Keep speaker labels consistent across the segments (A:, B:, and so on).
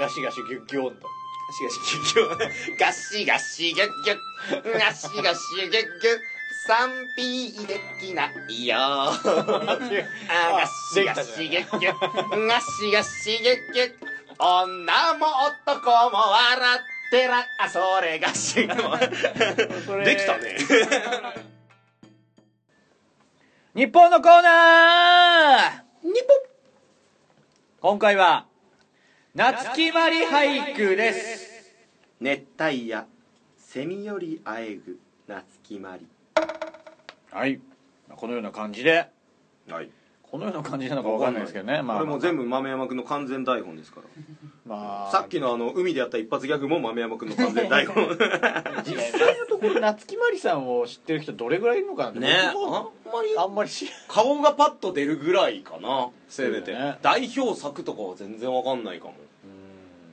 A: ガシガシギュッギュンと
B: しかし、ギュッギュッガシガシギュッギュッガシガシギュッギュッ賛否できないよあガシガシギュッギュッガシガシギュッギュッ女も男も笑ってらあそれがし
A: それ
B: できたね
C: 日本のコーナー日本今回は、夏木まり俳句です。
B: 熱帯夜セミよりあえぐ夏木まり
C: はい。まあこのような感じで、
B: はい
C: このような感じなのかわかんないですけどね。まあ、
B: これも全部豆山君の完全台本ですから
C: まあ、
B: さっきのあの海でやった一発ギャグも豆山君の完全台 本
C: 実際のところ、夏木まりさんを知ってる人どれぐらいいるのかなって
B: ね
C: 僕も
B: まり
C: あんまり知ら
B: 顔がパッと出るぐらいかなせめ
C: そ
B: て、
C: うだね
B: 代表作とかは全然わかんないかも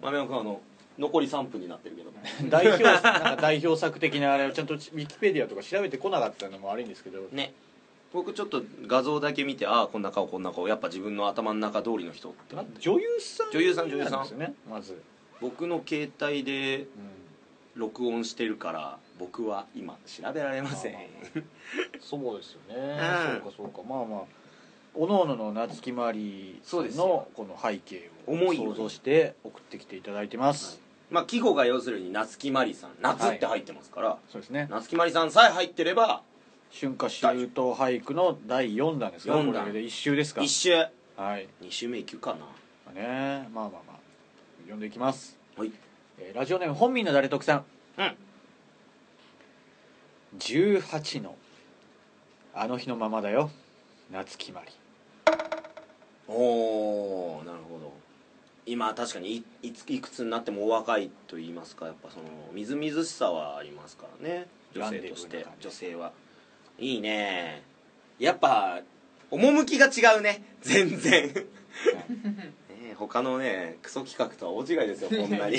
B: 豆山君あの残り3分になってるけど
C: 代表なんか代表作的なあれをちゃんとウィキペディアとか調べてこなかったのも悪いんですけど、
B: ね僕ちょっと画像だけ見てああこんな顔こんな顔やっぱ自分の頭の中通りの人ってなって
C: 女優さん
B: 女優さん女優さん
C: なんですよねまず、
B: 僕の携帯で録音してるから僕は今調べられません
C: まあそうですよね、
B: うん
C: そうかそうかまあまあおのおのの夏木まりさ
B: そうで
C: ん
B: すよ
C: のこの背景を
B: 思いをね
C: 想像して送ってきていただいてます、
B: まあ季語が要するに夏木マリさん夏って入ってますから、
C: そうですね
B: 夏木マリさんさえ入ってれば
C: 春夏秋冬俳句の第4弾ですか
B: 四弾
C: これで1周ですか
B: 一周
C: はい、
B: 2周目いくかな
C: まあねまあまあまあ読んでいきます
B: はい
C: えーラジオネーム本民の誰得さん
B: うん
C: 18のあの日のままだよ夏決まり
B: おおなるほど今確かにいいついくつになってもお若いと言いますかやっぱそのみずみずしさはありますからね女性とし
C: ランデブーな
B: て
C: 感じ
B: 女性はいいねやっぱ趣が違うね全然ねえ他の ねクソ企画とは大違い ですよこんなに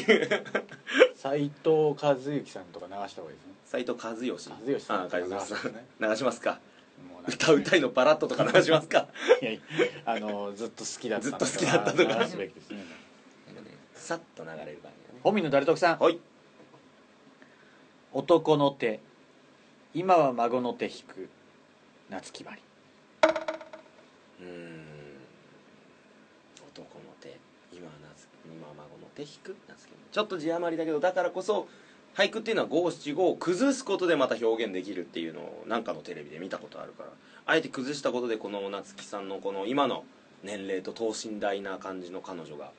C: 斎藤和之さんとか流した方がいいですね
B: 斉藤和義
C: 和義さん
B: あ和義さん
C: 流しますね
B: 流しますか
C: もうなんか
B: 歌うたいのバラットとか流しますか
C: いやいやあのずっと好きだった
B: ずっと好きだったとか
C: 流すべきですね
B: さっと流れる感じだね
C: 本民の誰得さん
B: はい
C: 男の手今は孫の手引く夏決まり
B: うーん男の手今は夏今は孫の手引く夏木ちょっと字余りだけどだからこそ俳句っていうのは五七五を崩すことでまた表現できるっていうのをなんかのテレビで見たことあるからあえて崩したことでこの夏木さんのこの今の年齢と等身大な感じの彼女が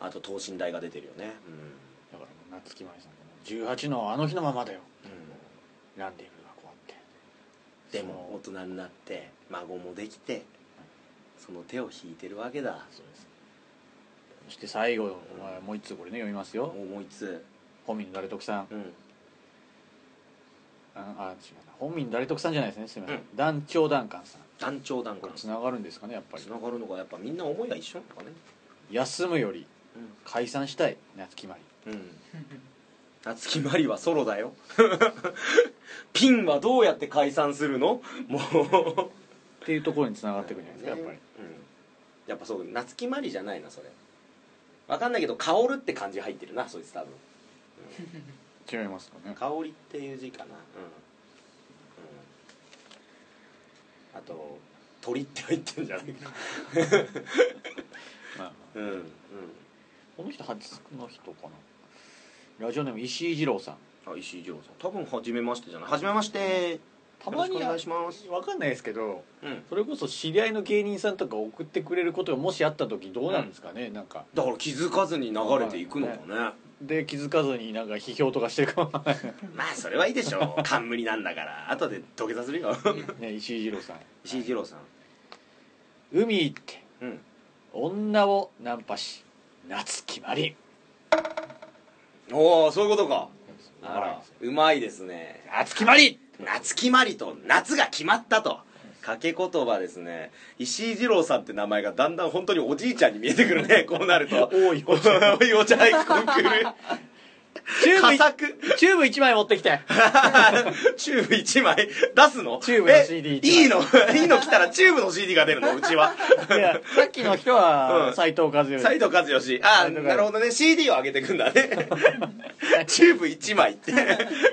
B: あと等身大が出てるよね
C: だからもう夏決まりさんの18のあの日のままだよ
B: うん、うん
C: ランディブがこうあって
B: でも大人になって孫もできてその手を引いてるわけだ
C: そうですそして最後、まあもう一通これね読みますよ
B: 思いつ
C: 本民の誰得さん
B: うん
C: ああ違うな本民の誰得さんじゃないですねすみません、
B: う
C: 団長団官さん
B: 団長団
C: これ
B: 官
C: つながるんですかねやっぱり
B: つながるのがやっぱみんな思いが一緒なのかね
C: 休むより解散したい夏決まり
B: うん、夏木マリはソロだよ ピンはどうやって解散するのもう
C: っていうところにつながってくるんじゃないですかやっぱ
B: うん、やっぱそう夏木マリじゃないなそれわかんないけど「薫」って漢字入ってるなそいつ多分
C: り違いますかね
B: 「香り」っていう字かなうん、うん、あと「鳥」って入ってるんじゃないか
C: まあまあ
B: うんうん
C: この人初の人かなラジオネーム石井二郎さん
B: あ石井二郎さん多分初めましてじゃない初めまして
C: たまに
B: よろしくお願いします
C: わかんないですけど
B: うん
C: それこそ知り合いの芸人さんとか送ってくれることがもしあった時どうなんですかね、なんか
B: だから気づかずに流れていくのかね
C: で気づかずになんか批評とかしてるかも
B: まあそれはいいでしょ う冠なんだから後で土下座するよ
C: ね石井二郎さん
B: 石井二郎さん
C: 海行って
B: うん
C: 女をナンパし夏決まり
B: おおそういうことか
C: あら
B: うまいですね
C: 夏決まり
B: 夏決まりと夏が決まったと掛け言葉ですね石井二郎さんって名前がだんだん 本当におじいちゃんに見えてくるねこうなると
C: 多いおじいちゃん
B: おいお茶俳句コンクール
C: チューブ
B: 佳
C: い
B: 作
C: チューブ1枚持 ってきて
B: チューブ1枚出すの
C: チューブの CD
B: えいいのいいの来たらチューブの CD が出るのうちは
C: いやさっきの人
B: う
C: は
B: ん
C: 斎藤和義
B: 斉藤和義ああ
C: 斉藤和義
B: なるほどね CD を上げてくん だねチューブ1枚って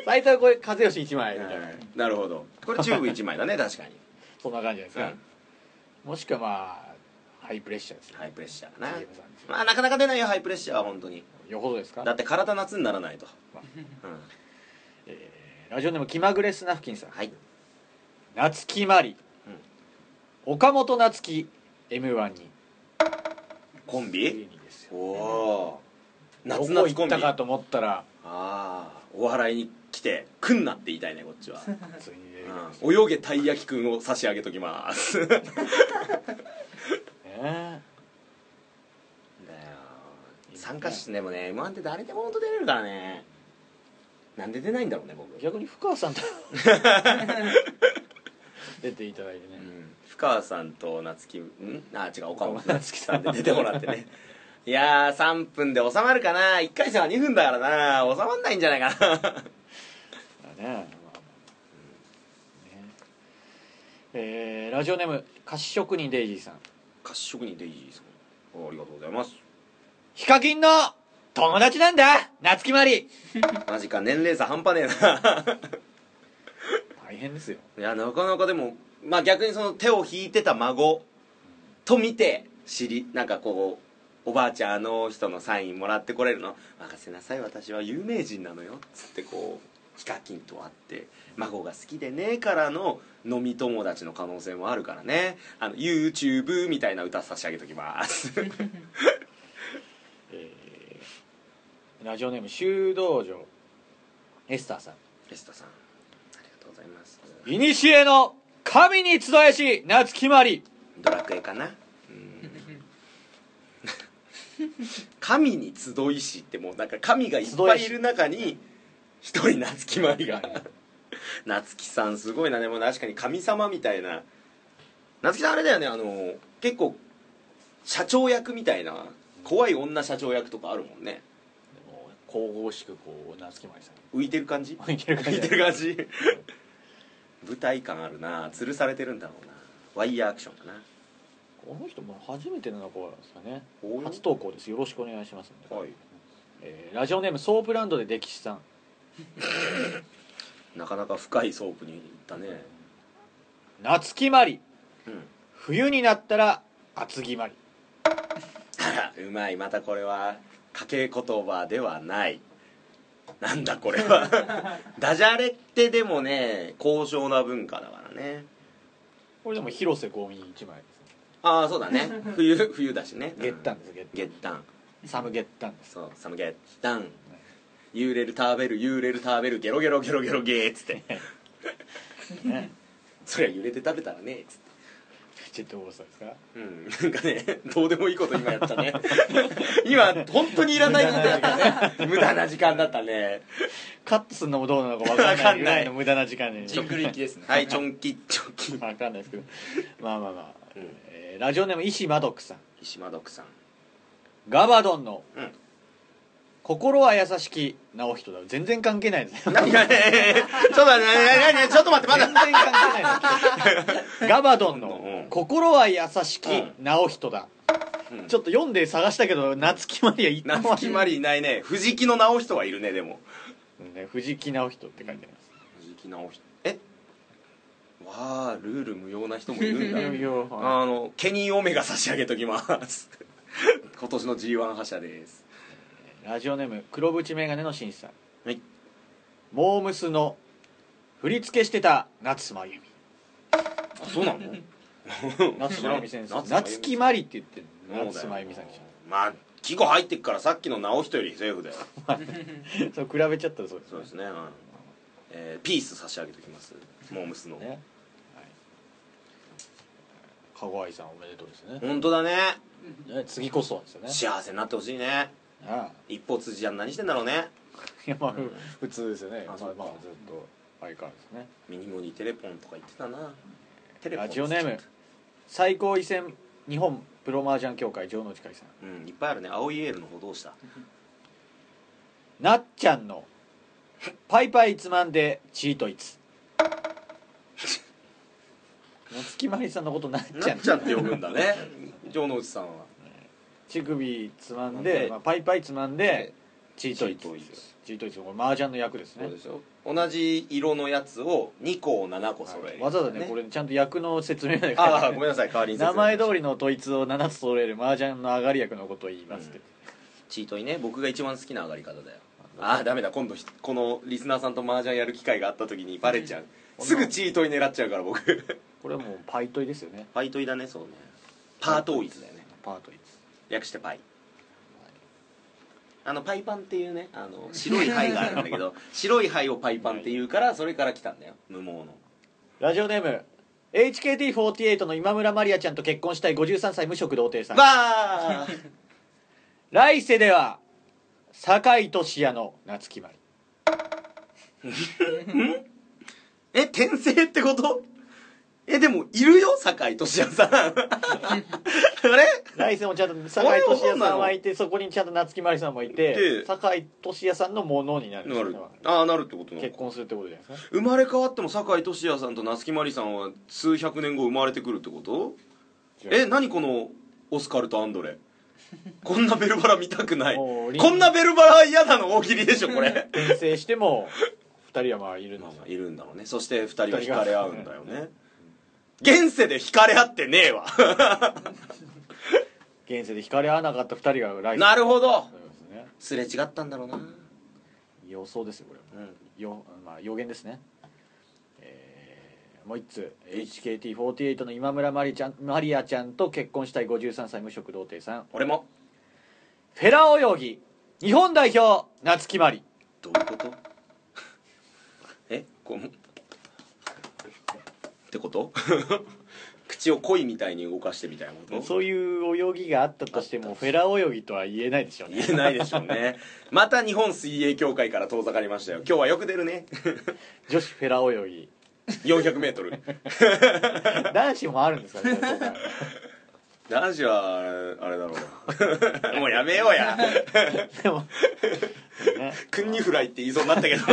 C: 斎藤これ和義1枚みたいな
B: なるほどこれチューブ1枚だね確かに、
C: そんな感じじゃないです
B: う
C: か
B: ん、
C: もしくはまあハイプレッシャーですね
B: ハイプレッシャーだな
C: チームさんです
B: まあなかなか出ないよハイプレッシャーは本当に
C: よほどですか
B: だって体夏にならないと、
C: まあ
B: うん、
C: ラジオネーム気まぐれスナフキンさん
B: はい
C: 夏木マリ、岡本夏樹 m 1に
B: コン
C: つい
B: ビ
C: にですよ
B: おおー
C: どこ
B: 夏
C: 行
B: 夏コ
C: っ
B: ンビ
C: たか
B: あ
C: と思ったら
B: あーお笑いに来てくんなって言いたいねこっちは、
C: ついに出てきましたね
B: うん、泳げたい焼きくんを差し上げときますだよ参加してでもね m 1って誰でも本当出れるからねなんで出ないんだろうね僕、う
C: 逆に深川さん と出ていただいてね、
B: ん、深川さんと夏樹んあ違う岡本夏樹さんで出てもらってねいやー3分で収まるかな1回戦は2分だからな収まんないんじゃないかな
C: だね,、まあねえーラジオネーム菓子職人デイジーさん
B: 褐色にデイジーさんありがとうございます
C: ヒカキンの友達なんだ夏木マリ
B: マジか年齢差半端ねえな
C: 大変ですよ
B: いやなかなかでもまあ逆にその手を引いてた孫と見て知りなんかこうおばあちゃんあの人のサインもらってこれるの任せなさい私は有名人なのよっつってこうヒカキンと会って孫が好きでねからの飲み友達の可能性もあるからねあの YouTube みたいな歌差し上げときます
C: えーラジオネーム修道場エスターさん
B: ゲストさんありがとうございます
C: いにしえの神に集えし夏木まり
B: ドラクエかなうん神に集いしってもうなんか神がいっぱいいる中に一人夏木まりが夏木さんすごいなでも確かに神様みたいな夏木さんあれだよねあの結構社長役みたいな怖い女社長役とかあるもんね
C: 神々しくこう夏木まりさ
B: 浮いてる感じ
C: んいける感
B: 浮
C: じ
B: いてる感じ舞台感あるな吊るされてるんだろうなワイヤーアクションかな
C: この人も初めての子なんですかね
B: お
C: 初投稿ですよろしくお願いしますんで、
B: はい
C: えーラジオネームソープランドで歴史さん
B: なかなか深いソープに行ったね
C: 夏木まり
B: うん
C: 冬になったら厚木まり
B: あ らうまいまたこれは掛け言葉ではないなんだこれはダジャレってでもね高尚な文化だからね
C: これでも広瀬香美一枚です、ね、
B: ああそうだね冬冬だしね
C: 月
B: う
C: 短
B: ん
C: です月
B: 月短
C: 短サム月短です
B: そうサムゲッタン揺れる食べる揺れる食べるゲロゲロゲロゲロゲーっつって
C: ね
B: そりゃ揺れて食べたらねっつっ
C: ジェットコースターですか
B: てうんなんかね どうでもいいこと今やったね 今本当にいらないことやったね 無駄な時間だったね
C: カットするのもどうなのか分かん
B: わか
C: なんい
B: ない
C: ぐらいの無駄な時間に
D: ジングル行きですね
B: はい、チョンキッチョンキッ
C: 分かんないですけどまあまあまあ、
B: うん
C: えーラジオネーム石マドックさん
B: 石間毒さん
C: ガバドンの、
B: うん
C: 心は優しき直人だ全然関係ないですね
B: 何がねちょっと待って何ちょっと待ってま
C: 全然
B: だ
C: 関係ないですガバドン
B: う
C: の
B: ん
C: 「心は優しき
B: うん
C: 直人だ」
B: うん
C: ちょっと読んで探したけど夏木マリア一個も
B: 夏木マリいないね藤木の直人はいるねでも
C: ね藤木直人って書いてあります
B: 藤木直人えわあルール 無用な人もいるんだ
C: いよ
B: あのケニー・オメガ差し上げときます今年の G1 覇者です
C: ラジオネーム黒縁眼鏡の紳士さん
B: はい
C: モームスの振り付けしてた夏真由
B: あそうなの
C: 美 夏真由美先生
B: 夏真由美
C: 夏木マリって言ってるの夏真由美さんじ
B: まあ季語入ってっからさっきの直人よりセーフだよ
C: ゃんそう比べちゃったらそうです
B: そうですね、うんえーピース差し上げときますモームスの、
C: ねはい加護愛さんおめでとうですね
B: 本当だね
C: ね次こそはですよね
B: 幸せになってほしいね
C: ああ
B: 一方辻ちゃん何してんだろうね
C: いやまあふ普通ですよね
B: あ
C: まあ
B: そ
C: ま
B: う
C: あ
B: か
C: ずっと相変わらずね
B: ミニモニテレポンとか言ってたなテレポン
C: ラジオネーム最高位戦日本プロマージャン協会城之内会さん
B: うんいっぱいあるね青いエールの歩道下
C: なっちゃんの「パイパイつまんでチートイツ」夏木マリさんのことなっち
B: な
C: ゃ
B: っ
C: ん
B: ちゃんって呼ぶんだね 城之内さんは
C: 乳首つまん
B: で
C: で、まあ、パイパイつまんで
B: で
C: チートイ
B: チートイ
C: ツ
B: ツ
C: チートイツこれ麻雀の役です
B: そう
C: ね
B: でしょ同じ色のやつを2個を7個揃える
C: わざわざねこれちゃんと役の説明まで書いて
B: あ
C: あ
B: あごめんなさい代わり
C: る
B: に説明
C: 名前通りの統一を7つ揃える麻雀の上がり役のことを言いますって、
B: チートイね僕が一番好きな上がり方だよああダメだ今度ひこのリスナーさんと麻雀やる機会があった時にバレちゃうすぐチートイ狙っちゃうから僕 フ
C: これはもうパイトイですよね
B: ァイトイだねそうねパートイズだよね
C: パートイツ
B: 略してパイあのパイパンっていうねあの白い灰があるんだけ ど白い灰をパイパンっていうからそれから来たんだよ無毛の
C: ラジオネーム HKT48 の今村まりあちゃんと結婚したい53歳無職童貞さん
B: わあ
C: 来世では酒井俊也の夏木まり
B: え転生ってことえでもいるよ酒井俊也さ んあれ
C: 来世もちゃんと酒井俊也さんはいてそこにちゃんと夏木まりさんもいて
B: で
C: 酒井俊也さんのものになる
B: なるああなるってことなの
C: 結
B: か
C: 婚するってことじゃないですか
B: 生まれ変わっても酒井俊也さんと夏木マリさんは数百年後生まれてくるってことえ何このオスカルとアンド レこんなベルバラ見たくない
C: も
B: こ
C: うリン
B: んなベルバラ嫌なの大喜利でしょ これ
C: 転生しても2人はまあいるん
B: ま
C: で
B: あ
C: すよ
B: まあいるんだろうねそして2人は惹かれ合うんだよね現世で惹かれ合ってねえわ
C: 現世で惹かれ合わなかった2人が来世
B: なるほ
C: そ
B: ど
C: うですね
B: すれ違ったんだろうな、
C: 予想ですよこれは
B: うん、
C: よ、まあ、予言ですね、えーもう一つ HKT48 の今村まりちゃんまりあちゃんと結婚したい53歳無職童貞さん
B: 俺も
C: フェラ泳ぎ日本代表夏木まり
B: どういうこと えこうってこと 口を鯉みたいに動かしてみたいなこと
C: そういう泳ぎがあったとしてもフェラ泳ぎとは言えないでしょうね
B: 言えないでしょう ねまた日本水泳協会から遠ざかりましたよ今日はよく出るね
C: 女子フェラ泳 ぎ
B: 400m
C: 男子もあるんです かね今回
B: 男子はあれだろう もうやめようや
C: でも、ね、
B: クンニフライって言いそうになっ たけど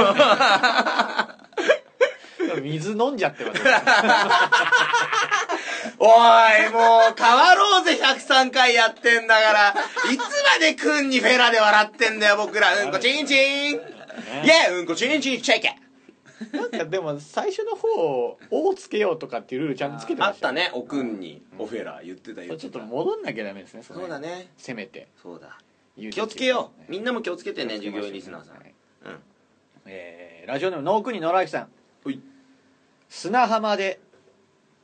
C: 水飲んじゃってますよ
B: おいもう変わろうぜ103回やってんだからいつまでクンにフェラで笑ってんだよ僕らうんこチンチンイエーうんこチンチンチェケ
C: なんかでも最初の方「を」つけようとかっていうルールちゃんとつけて
B: あ
C: ま
B: っ
C: した
B: た
C: よ
B: ねおくんにおフェラ言ってた
C: そ
B: 言
C: れ
B: っ
C: ちょっ
B: て
C: と
B: た
C: 戻んなきゃダメですねそれ
B: そうだね
C: せめて
B: そうだ
C: 言う
B: 気をつけようみ
C: なん
B: なも気をつけてね授業リスナーさんうん
C: えーラジオネームノークニノライフさん
B: ほい
C: 砂浜で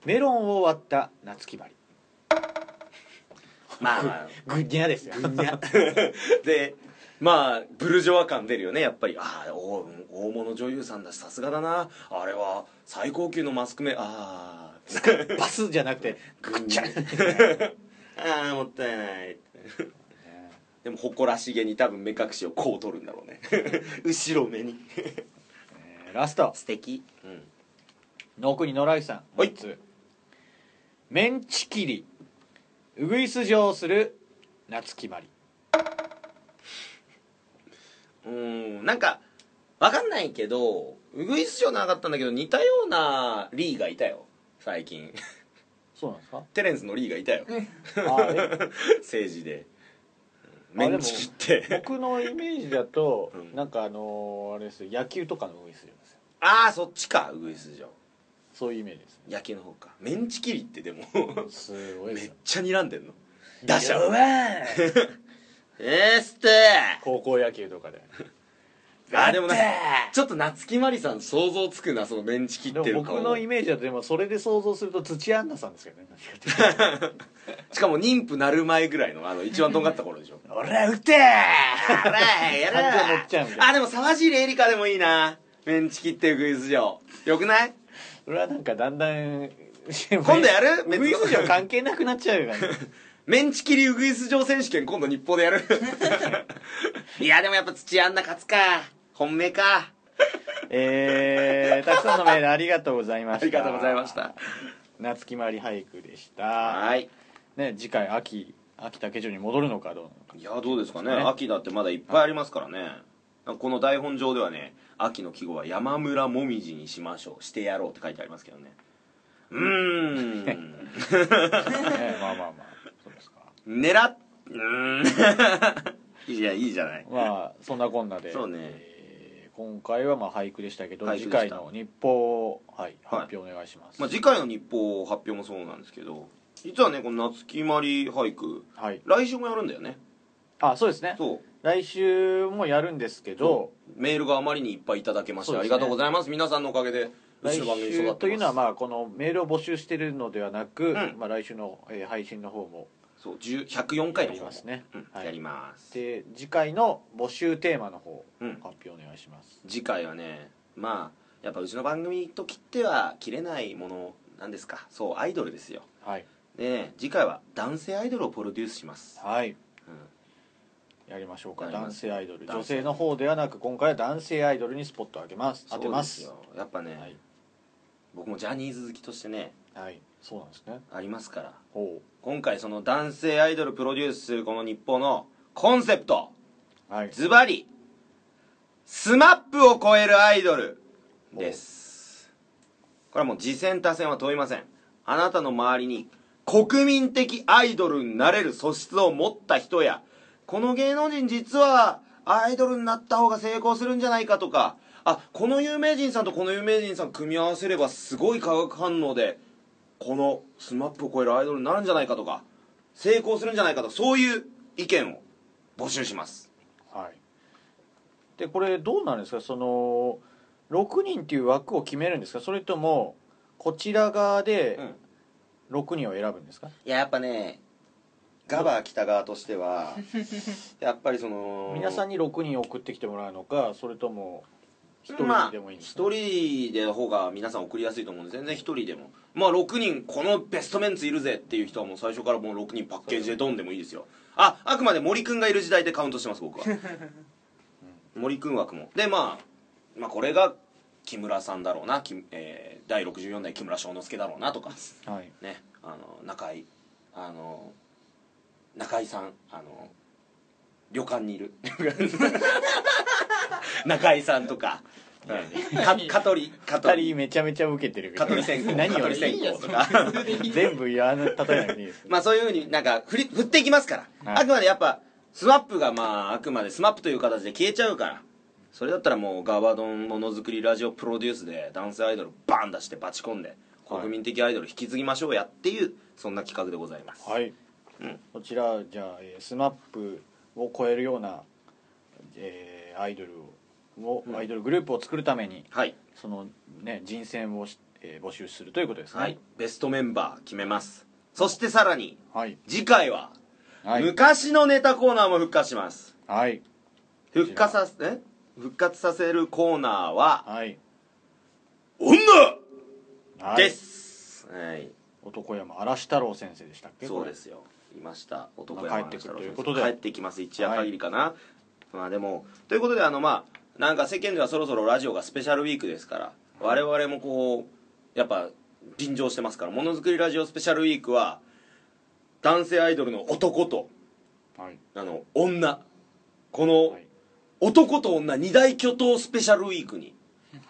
C: メロンを割った夏木針
B: まあまあ
C: ぐにゃですよ
B: いやでまあブルジョワ感出るよねやっぱりああお大物女優さんだしさすがだなあれは最高級のマスク目あ ー
C: バスじゃなくてぐっちゃ
B: あーもったいないでも誇らしげに多分目隠しをこう取るんだろうね後ろ目に
C: えーラスト
B: 素敵うん
C: ノークニノライフさん
B: はい
C: もう一つメンチ切りうぐいす状をする夏木針
B: うーんなんかわかんないけどウグイス嬢なかったんだけど似たようなリーがいたよ最近
C: そうなんですか
B: テレンスのリーがいたよ
C: あえ
B: 政治で
C: あで
B: メ
C: も
B: ンチ切って
C: 僕のイメージだと、
B: うん
C: なんかあのーあれですよ野球とかのウグイス嬢ですよ
B: ああそっちかウグイス嬢
C: そういうイメージですね
B: 野球の方かメンチ切りってでも
C: すごいで
B: め
C: す
B: っ
C: よ
B: ちゃ睨んでんの打者
C: う
B: を
C: わー
B: えー、ステ
C: 高校野球と かで
B: ーあーでもなんかちょっと夏木マリさん想像つくなそのメンチ切っ
C: で
B: て
C: も
B: る顔
C: 僕のイメージだとでもそれで想像すると土屋アンナさんですけどね
B: しかも妊婦なる前ぐらいのあの一番とんがった頃でしょ
C: 俺は打て
B: あらや
C: 感情乗っちゃうみたいな
B: あでも沢尻エリカでもいいなメンチ切ってウグイス嬢よくない
C: 俺はなんかだんだん今
B: 度やる
C: ウグイス嬢関係なくなっちゃうよ ね
B: メンチ切りウグイス嬢選手権今度日報で やるいやでもやっぱ土屋アンナ勝つか本命か
C: えー、たくさんのメールありがとうございま
B: あ
C: した
B: りがとうございました
C: 夏木まり俳句でした
B: はい
C: ね次回秋秋竹城に戻るのかどうなのか
B: いやどうですかね
C: ね
B: 秋だってまだいっぱいありますからねこの台本上ではね秋の季語は山村もみじにしましょうしてやろうって書いてありますけどねうーん
C: ねまあまあまあそうですか
B: 狙っうーん いやいいじゃない
C: まあそんなこんなで
B: そうね
C: えー今回はまあ俳句でしたけど
B: 俳句でし
C: 次
B: た
C: 回の日報を、はい、
B: はい
C: 発表お願いします、
B: まあ、次回の日報発表もそうなんですけど実はねこの夏決まり俳句
C: はい、
B: 来週もやるんだよね
C: あそうですね
B: そう
C: 来週もやるんですけど
B: メールがあまりにいっぱいいただけまして、
C: そう
B: あ
C: で
B: り
C: すね
B: がとうございます皆さんのおかげでう
C: 来
B: ちの番組に育ってま
C: 週
B: す
C: というのはまあこのメールを募集しているのではなく、
B: ん
C: まあ、来週の、えー配信の方も
B: そう10 104回の
C: やり
B: 方も
C: ますね
B: うん
C: はい
B: やります
C: で次回の募集テーマの方、
B: うん
C: 発表お願いします
B: 次回はねまあやっぱうちの番組と切っては切れないものなんですかそうアイドルですよ
C: はい、
B: ね次回は男性アイドルをプロデュースします、
C: はい、
B: うん
C: やりましょうか
B: やります
C: 男性アイドル
B: 男性
C: 女性の方ではなく今回は男性アイドルにスポットを当てます当てます
B: そうですよやっぱね、
C: はい、
B: 僕もジャニーズ好きとしてね
C: はい、そうなんですね
B: ありますから
C: ほ
B: 今回その男性アイドルプロデュースするこの日報のコンセプト
C: うはい
B: ズバリスマップを超えるアイドルですこれはもう次戦他戦は問いませんあなたの周りに国民的アイドルになれる素質を持った人やこの芸能人実はアイドルになった方が成功するんじゃないかとかあこの有名人さんとこの有名人さん組み合わせればすごい化学反応でこのスマップを超えるアイドルになるんじゃないかとか成功するんじゃないかとかそういう意見を募集します
C: はい、でこれどうなんですかその6人っていう枠を決めるんですかそれともこちら側で
B: うん
C: 6人を選ぶんですか、
B: いややっぱねガバ北側として はやっぱりその
C: 皆さん
B: に
C: に6人送ってきてもらうのかそれとも1
B: ま
C: 人
B: あ
C: でもいいんですか、
B: 一人での方が皆さん送りやすいと思うんで全然一人でもまあ6人このベストメンツいるぜっていう人はもう最初からもう6人パッケージでドンでもいいですよああくまで森くんがいる時代でカウントしてます僕 は森くん枠もでまあまあこれが木村さんだろうな、きえー第64代木村庄之助だろうなとか
C: はい、
B: ねあの中井あの中井さんあの旅館にいる 中井さんとかか香取香
C: 2
B: 取
C: 人めちゃめちゃ受けてるけど
B: 香取線香
C: 何を
B: 取線
C: 言う
B: 香
C: の
B: とか
C: 全部言わな例えなくていいです
B: まあそういうふうになんか振り振っていきますから、
C: はい
B: あくまでやっぱスマップがまああくまでスマップという形で消えちゃうからそれだったらもうガバドンものづくりラジオプロデュースで男性アイドルバン出してバチ込んで国民的アイドル引き継ぎましょうやっていうそんな企画でございます、
C: はい、
B: うん
C: こちらじゃあ、えー、スマップを超えるような、えーアイドルを、
B: うん
C: アイドルグループを作るために
B: はい
C: そのね人選をし、えー募集するということですね
B: はい、ベストメンバー決めますそしてさらに
C: はい
B: 次回は
C: はい、
B: 昔のネタコーナーも復活します
C: はい
B: 復活させえ復活させるコーナーは
C: はい
B: 女
C: はい
B: ですはい、
C: 男山嵐太郎先生でしたっけ
B: そうですすよいました男
C: まあ
B: 山
C: 帰ってくると
B: 明太郎
C: いう
B: 先生
C: ことで
B: 帰ってきます一夜限りかな、まあでもということであのまあなんか世間ではそろそろラジオがスペシャルウィークですから我々もこうやっぱ便乗してますからものづくりラジオスペシャルウィークは男性アイドルの男と
C: はい、
B: あの女この
C: はい
B: 男と女二大巨頭スペシャルウィークに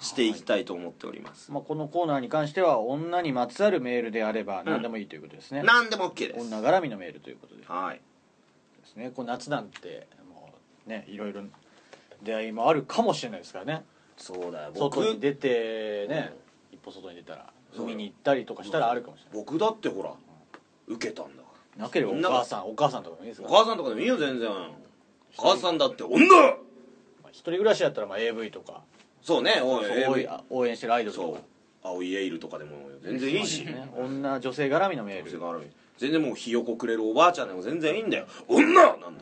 B: していきたいと思っております、
C: まあ、このコーナーに関しては女にまつわるメールであれば何でもいいということですね、
B: 何でも OK です
C: 女絡みのメールということで
B: はい
C: ですねこう夏なんてもうねいろいろ出会いもあるかもしれないですからね
B: そうだよ僕
C: 外に出てね、一歩外に出たら
B: そう
C: 海に行ったりとかしたらあるかもしれ
B: 僕だってほら受けたんだか
C: ないなければお母さんお母さんとかでもいいです
B: ら
C: か
B: お母さんとかでもいいよ全然お母さんだって女
C: まあ一人暮らしだったらまあ AV とか
B: そうねおい
C: そう
B: AV
C: 応援してるアイドルと
B: そ
C: か
B: う青いエイルとかでも全然いいし
C: ね女女性絡みのメール
B: それがある全然もうひよこくれるおばあちゃんでも全然いいんだよ女なんだから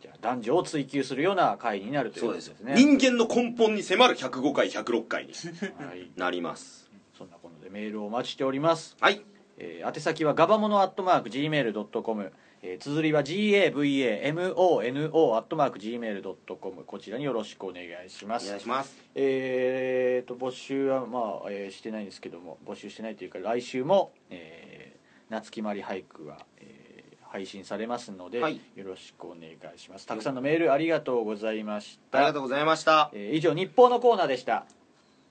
C: じゃあ男女を追求するような会になるという
B: そ
C: こ
B: う
C: とで
B: で
C: す
B: よ
C: すね
B: 人間の根本に迫る105回106回に
C: はい、
B: なります
C: そんなことでメールをお待ちしております
B: はい
C: えー宛先はガバモノアットマーク Gmail.com えー綴りは GAVAMONO アットマーク Gmail.com こちらによろしくお願いしま
B: お
C: す
B: 願いします
C: えーと募集はまあ、えーしてないんですけども募集してないというか来週も、えー夏木まり俳句は、えー配信されますので、
B: はい
C: よろしくお願いしますたくさんのメールありがとうございまし
B: ありが
C: た
B: とうございました
C: えー以上日報のコーナーでした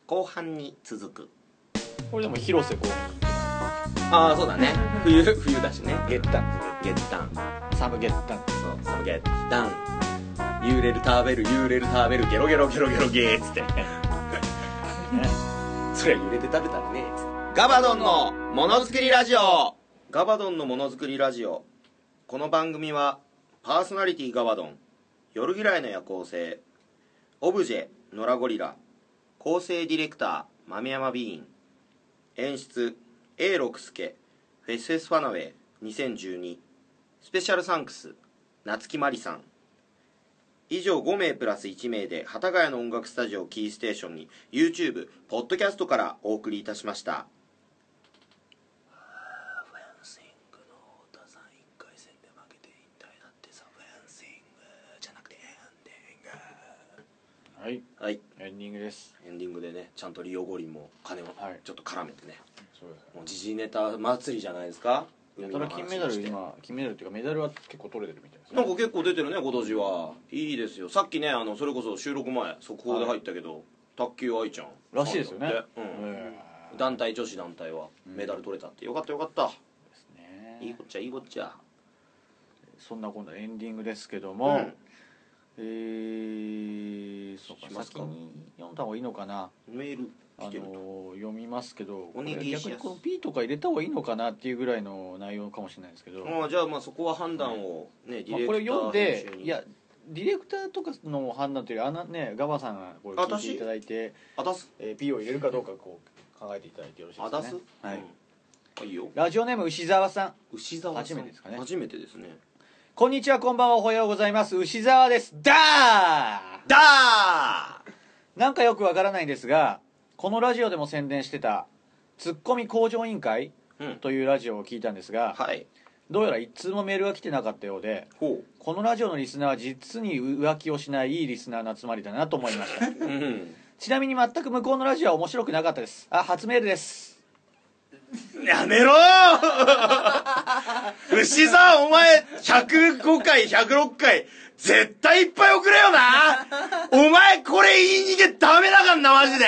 B: 後半に続く
C: これでも広瀬香
B: ああそうだね冬冬だしね月短月短
C: 美サムゲッタン
B: そうその月短ユーレル食べるユーレル食べるゲロゲロゲロゲロゲーっつって そりゃ揺れて食べたらねえっつってガバドンのものづくりラジオガバドンのものづくりラジオこの番組はパーソナリティガバドン夜嫌いの夜行性オブジェノラゴリラ構成ディレクター豆山ビーン演出 A 六輔フェスフェスファナウェイ2012スペシャルサンクス夏木マリさん以上5名プラス1名で幡ヶ谷の音楽スタジオキーステーションに YouTube ポッドキャストからお送りいたしました
D: フェンシングの太田さん1回戦で負けて引退だってさフェンシングじゃなくてエンディング
C: はい
B: はい
C: エンディングです
B: エンディングでねちゃんとリオ五輪も金を
C: はい
B: ちょっと絡めてね、
C: そうです
B: もう時事ネタ祭りじゃないですか
C: やたら金メダル今金メダルっていうかメダルは結構取れてるみたいですね
B: なんか結構出てるね今年はいいですよさっきねあのそれこそ収録前速報で入ったけど、卓球愛ちゃん
C: らしいですよね
B: なんだってうん
C: へー
B: 団体女子団体はメダル取れたってよかったよかった、
C: ですね
B: いいこっちゃいいこっちゃ
C: そんな今度エンディングですけども、
B: うん
C: えー、そう
B: し
C: か
B: ますか
C: 先に読んだ方がいいのかな
B: メール
C: あ
B: 来てると、
C: の読みますけどこ
B: お
C: れ
B: 願いします
C: 逆にこの P とか入れた方がいいのかなっていうぐらいの内容かもしれないですけど、
B: ああじゃあまあそこは判断をね、ディ
C: まあ
B: レクター
C: これ読んで
B: 編集に
C: いやディレクターとかの判断というよりあのねガバさんがこれ聞いていただいて、
B: あたす
C: えー、P を入れるかどうかこう考えていただいてよろしいで
B: あ
C: すかね
B: たす、
C: はい
B: うん、いいよ
C: ラジオネーム牛沢さん
B: 牛沢さん
C: 初めてですかね
B: 初めてですね
C: こんにちはこんばんはおはようございます牛沢ですだー
B: だー
C: なんかよくわからないんですがこのラジオでも宣伝してた「ツッコミ向上委員会
B: うん」
C: というラジオを聞いたんですが、
B: はい
C: どうやら一通もメールが来てなかったようで
B: ほ
C: このラジオのリスナーは実に浮気をしないいいリスナーの集まりだなと思いました
B: ううん
C: ちなみに全く向こうのラジオは面白くなかったですあ初メールです
B: やめろ ー牛さん、お前、105回、106回、絶対いっぱい送れよなお前、これ言い逃げダメだからな、マジで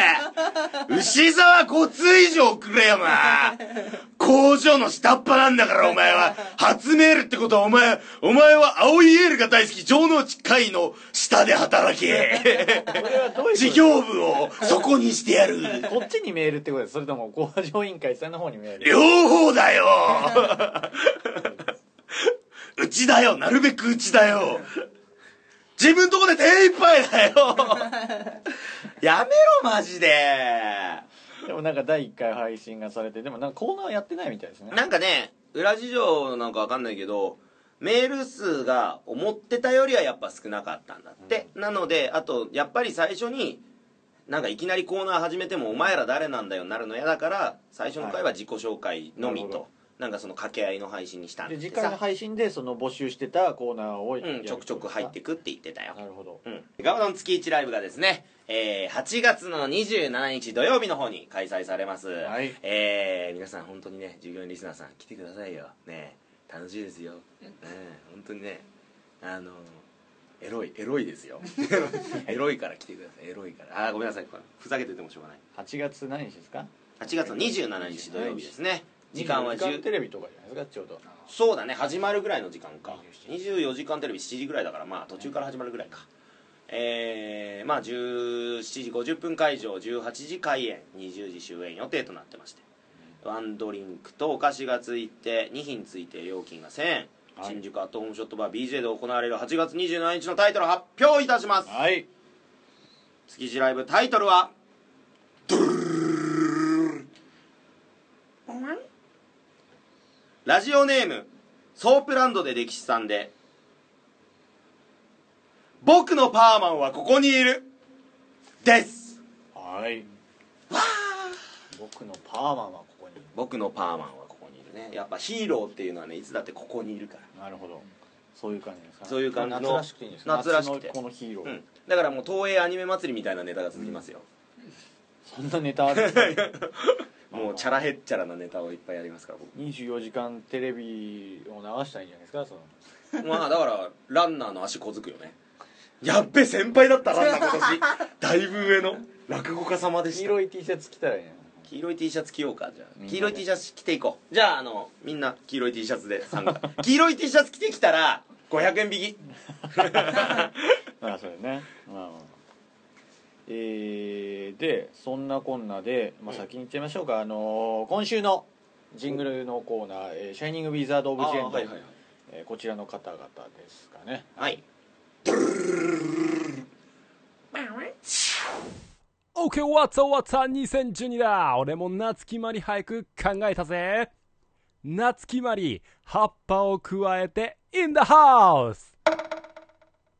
B: 牛沢5通以上送れよな工場の下っ端なんだから、お前は。初メールってことは、お前、お前は青いエールが大好き、城之内会の下で働け。事業部をそこにしてやる。
C: こっちにメールってことですそれとも向上委員会さんの方にメール
B: 両方だようちだよなるべくうちだよ自分とこで手一杯だよやめろマジで
C: でもなんか第1回配信がされてでもなんかコーナーやってないみたいですね
B: なんかね裏事情なんかわかんないけどメール数が思ってたよりはやっぱ少なかったんだって、なのであとやっぱり最初になんかいきなりコーナー始めても「お前ら誰なんだよ」になるの嫌だから最初の回は自己紹介のみ
C: はいなる
B: と、
C: ほ
B: なんかその掛け合いの配信にしたんだ
C: で
B: って
C: 次
B: さ
C: 回の配信でその募集してたコーナーをやる
B: うん、ちょくちょく入ってくって言ってたよ
C: な、るほど
B: うん、ガバドン月1ライブがですね、えー8月の27日土曜日の方に開催されます、
C: はい
B: えー皆さん本当にね従業員リスナーさん来てくださいよねえ楽しいですよ、うん、本当にねあのエロいエロいです よエロいから来てくださいエロいからあーごめんなさいふざけててもしょうがない
C: 8月何日ですか
B: 8月の27日土曜日ですね時間は
C: 24時間テ
B: 10
C: レビとかじゃないですかちょうど
B: そうだね始まるぐらいの時間か24時間テレビ7時ぐらいだからまあ途中から始まるぐらいかえー、まあ17時50分会場18時開演20時終演予定となってましてワンドリンクとお菓子がついて2品ついて料金が1000円、
C: はい
B: 新宿アットホームショットバー BJ で行われる8月27日のタイトル発表いたします
C: はい
B: 築地ライブタイトルはラジオネームソープランドで歴史さんで僕のパーマンはここにいるです
C: はい僕のパーマンはここに
B: 僕のパーマンはここにいるねやっぱヒーローっていうのはねいつだってここにいるか
C: なるほどそういう感じですか
B: そういう感じの
C: 夏らしくていいんですか
B: 夏らしくて
C: 夏のこのヒーロー、
B: ら、うん、だからもう東映アニメ祭りみたいなネタが続きますよ、
C: そんなネタあるんですね
B: もうもうチャラヘッチャラなネタをいっぱいやりますから僕
C: 24時間テレビを流したらいいんじゃないですかその
B: まあだからランナーの足小づくよねやっべ先輩だったランナー今 年だいぶ上の落語家様で
C: 黄
B: した
C: 色い T シャツ着たらいいね
B: 黄色い T シャツ着ようかじゃ
C: みんなで
B: あ黄色い T シャツ着ていこうじゃああのみんな黄色い T シャツで 参加黄色い T シャツ着てきたら500円引き
C: ああそれねうんえーでそんなこんなで、まあ、先に言っちゃいましょうか、あのー今週のジングルのコーナー「えーシャイニング・ウィザード・オブ・ジェンド」
B: はいはいはい
C: えーこちらの方々ですかね
B: はい
E: オーケー、わつわわつわ2012だ俺も夏木まり俳句考えたぜ夏木まり、葉っぱを加えて、in the house!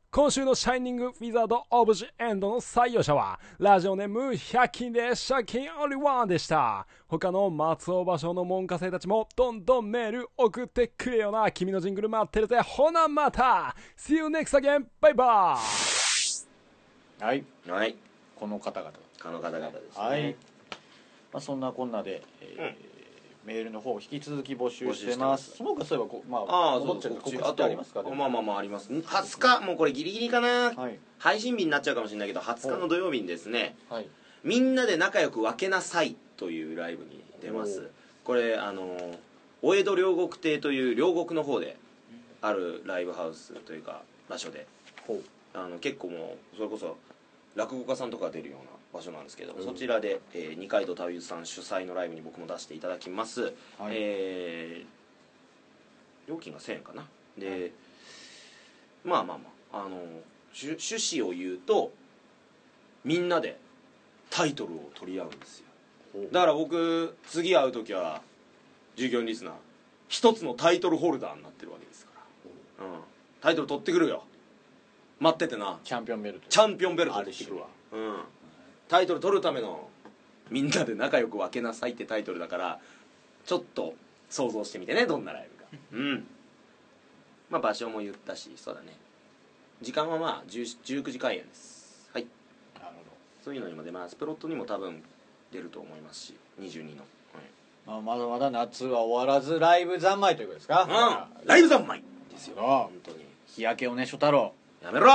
E: 今週のシャイニングウィザードオブジエンドの採用者は、ラジオネーム100均で借金オリワンでした。他の松尾芭蕉の門下生たちもどんどんメール送ってくれよな。君のジングル待ってるぜ。ほなまた !See you next again! バイバイ
C: はい
B: はい
C: この方々
B: この方々です、ね、
C: はい、まあ、そんなこんなで、えーメールの方を引き続き募集してます
B: 募集してます
C: その他そういえばこまあ
B: ああ
C: 戻
B: そ
C: っ
B: う
C: ちゃう告
B: 告
C: 知
B: 知
C: っ
B: あ
C: て
B: と
C: ありますかでも
B: まあまあまあありますん20日もうこれギリギリかな、
C: はい
B: 配信日になっちゃうかもしれないけど20日の土曜日にですね
C: はい
B: 「みんなで仲良く分けなさい」というライブに出ま
C: おう
B: すこれあのお江戸両国亭という両国の方であるライブハウスというか場所で
C: ほう
B: あの結構もうそれこそ落語家さんとかが出るような場所なんですけど、そちらで、えー二階堂太夫さん主催のライブに僕も出していただきます、
C: はい
B: えー料金が1000円かなで、まあまあまああの趣趣旨を言うとみんなでタイトルを取り合うんですよだから僕次会う時は従業員リスナー一つのタイトルホルダーになってるわけですから、うん、タイトル取ってくるよ待っててな
C: チャンピオンベルト
B: チャンピオンベルト取ってくるわ、うん、タイトル取るための「みんなで仲良く分けなさい」ってタイトルだからちょっと想像してみてねどんなライブかうんまあ場所も言ったしそうだね時間はまあ10 19時開演ですはい
C: なるほ
B: そういうのにも出ますプロットにも多分出ると思いますし22の、
C: ど、まあ、まだまだ夏は終わらずライブ三昧ということですか
B: うん、ライブ三昧
C: ですよ本
B: 本当に
C: 日焼けおねしょ太郎
B: やめろ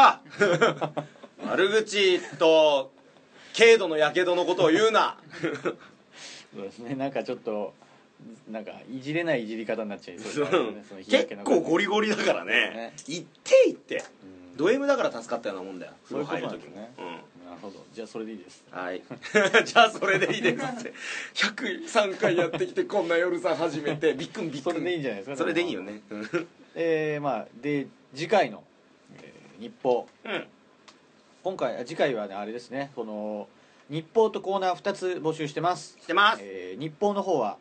B: 悪口と軽度のやけどのことを言うな
C: そうですねなんかちょっとなんかいじれないいじり方になっちゃいそうですねその日焼け
B: 結
C: の
B: 構ゴリゴリだから
C: ね
B: ね行って行って
C: うん
B: ド M だから助かったようなもんだよ
C: そういうこと
B: 風呂
C: なん
B: 入
C: で
B: る
C: すね
B: 時もうん
C: なるほどじゃあそれでいいです
B: はい じゃあそれでいいですって103回やってきてこんな夜さん始めてびっくんびっく
C: そ
B: ん
C: れでいいんじゃないですか
B: それでいいよねうん
C: えー、まあで次回の、えー日報
B: うん
C: 今回あ次回はねあれですねこの日報とコーナー2つ募集してます、
B: してます
C: えー日報の方は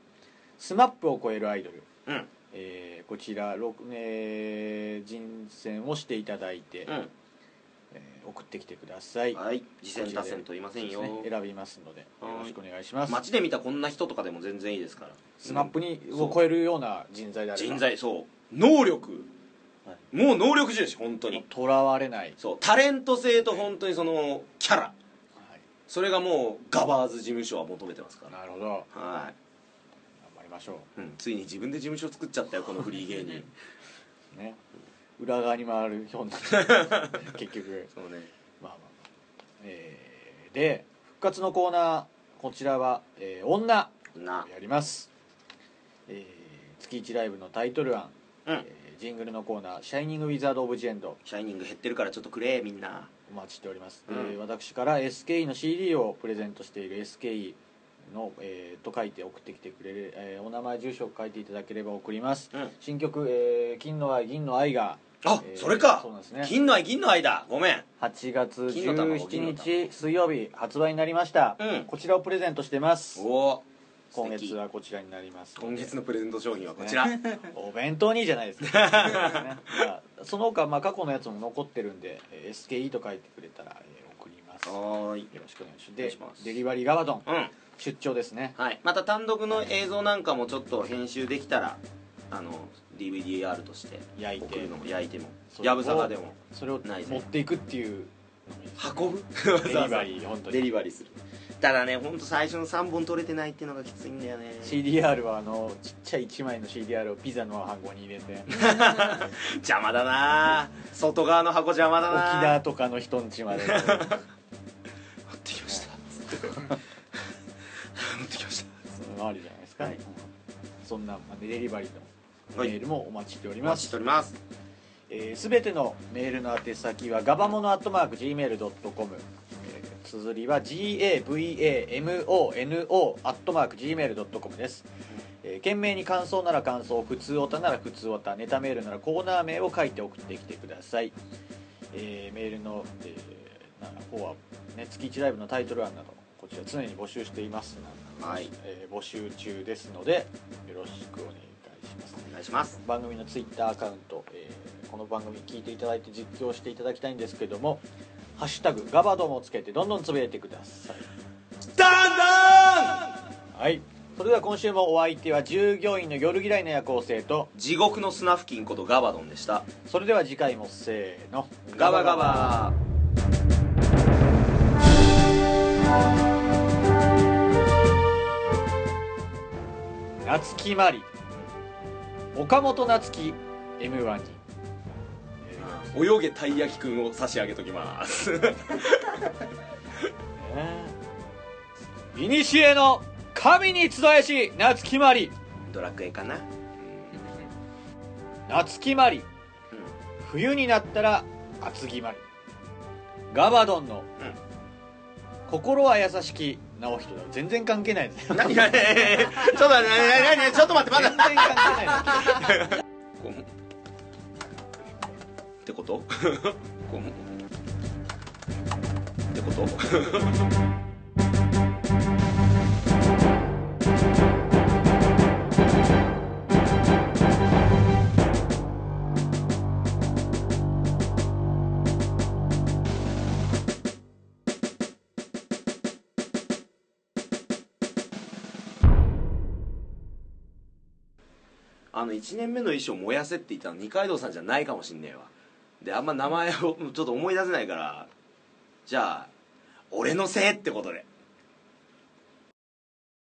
C: SMAP を超えるアイドル、
B: うん
C: えーこちら、ろくえー人選をしていただいて、
B: う
C: えー送ってきてください、
B: んはい次
C: こ
B: 戦
C: ちら
B: 多
C: で
B: 戦と言いませんよ
C: そうですね選びますので
B: はい
C: よろしくお願いします
B: 街で見たこんな人とかでも全然いいですから
C: スマップにを超えるような人材であれば
B: 人材そう能力、
C: はい
B: もう能力重視本当に
C: とらわれない、
B: そうタレント性と本当にそのキャラ
C: は
B: それがもうガバーズ事務所は求めてますか
C: い
B: ら
C: なるほど頑
B: は
C: 張りましょ
B: い、うん、ついに自分で事務所作っちゃったよこのフリー芸 人
C: うね裏側に回る ようになる結局
B: そうね
C: まあまあまあ、えーで復活のコーナーこちらは「えー女
B: な」
C: やります、えー月1ライブのタイトル案、
B: うん
C: えージングルのコーナー「シャイニング・ウィザード・オブ・ジ・エンド
B: シャイニング減ってるからちょっとくれみんな」
C: お待ちしております、
B: うん
C: えー私から SKE の CD をプレゼントしている SKE の、えーと書いて送ってきてくれる、えーお名前住所を書いていただければ送ります、
B: うん
C: 新曲、えー金の愛銀の愛」が
B: あ、
C: えー
B: それか
C: そうなんですね
B: 金の愛銀の愛だごめん
C: 8月
B: 金の卵金の
C: 17日
B: 卵
C: 水曜日発売になりました、
B: うん
C: こちらをプレゼントしてます
B: おお
C: 今月はこちらになります
B: 今月のプレゼント商品はこちら、
C: お弁当にじゃないですか、ねまあその他、まあ、過去のやつも残ってるんでえー SKE と書いてくれたら、えー送りますよ
B: はーい
C: ろしくお願いします
B: お願
C: で
B: いします
C: デリバリーガバドン、
B: うん
C: 出張ですね
B: はい、また単独の映像なんかもちょっと編集できたらあの DVDR として
C: 焼いて
B: 送るのも焼いても
C: それを
B: やぶさかでも
C: それを
B: ないです
C: 持
B: ね
C: っていくっていう
B: 運ぶ
C: デリバリー本当に
B: デリバリーするたらねほんと最初の3本取れてないっていうのがきついんだよね
C: CDR はあのちっちゃい1枚の CDR をピザの箱に入れて
B: 邪魔だな外側の箱邪魔だ
C: 沖
B: な
C: 縄とかの人んち まで
D: 持ってきました持ってきました
C: そのあるじゃないですか、
B: はい
C: そんなまあデリバリーの
B: はい
C: メールもお待ちしており
B: お
C: ま
B: 待ちし
C: す
B: ております
C: えーすべ、てのメールの宛先はガバモノアットマーク Gmail.com 綴りは GAVAMONO アットマーク Gmail.com です、えー、懸命に感想なら感想普通オタなら普通オタネタメールならコーナー名を書いて送ってきてください、えーメールの、えー、な方は、ね、月1ライブのタイトル案などこちら常に募集しています、
B: はい
C: えー募集中ですのでよろしくお願いします
B: お願いします
C: 番組のツイッターアカウント、えーこの番組聞いていただいて実況していただきたいんですけども「ハッシュタグガバドも」つけてどんどんつぶやいてください
B: だんだん
C: はいそれでは今週もお相手は従業員の夜嫌いの夜行性と
B: 地獄の砂付近ことガバドンでした
C: それでは次回もせーの
B: ガバガバ
C: 夏木マリ岡本夏樹 m 1に
B: 泳げたい焼きくんを差し上げときます
C: いにしえの神に集えし夏木マリ
B: ドラクエかな
C: 夏木マリ冬になったら厚木まりガバドンの、心は優しき直人だ全然関係ないです全然
B: 何何ちょっと待って何何何ちょっと待ってまだ
C: 関係ないです
B: こうってこと こうってことあの1年目の衣装燃やせって言ったの二階堂さんじゃないかもしんねえわであんま名前をちょっと思い出せないからじゃあ俺のせいってことで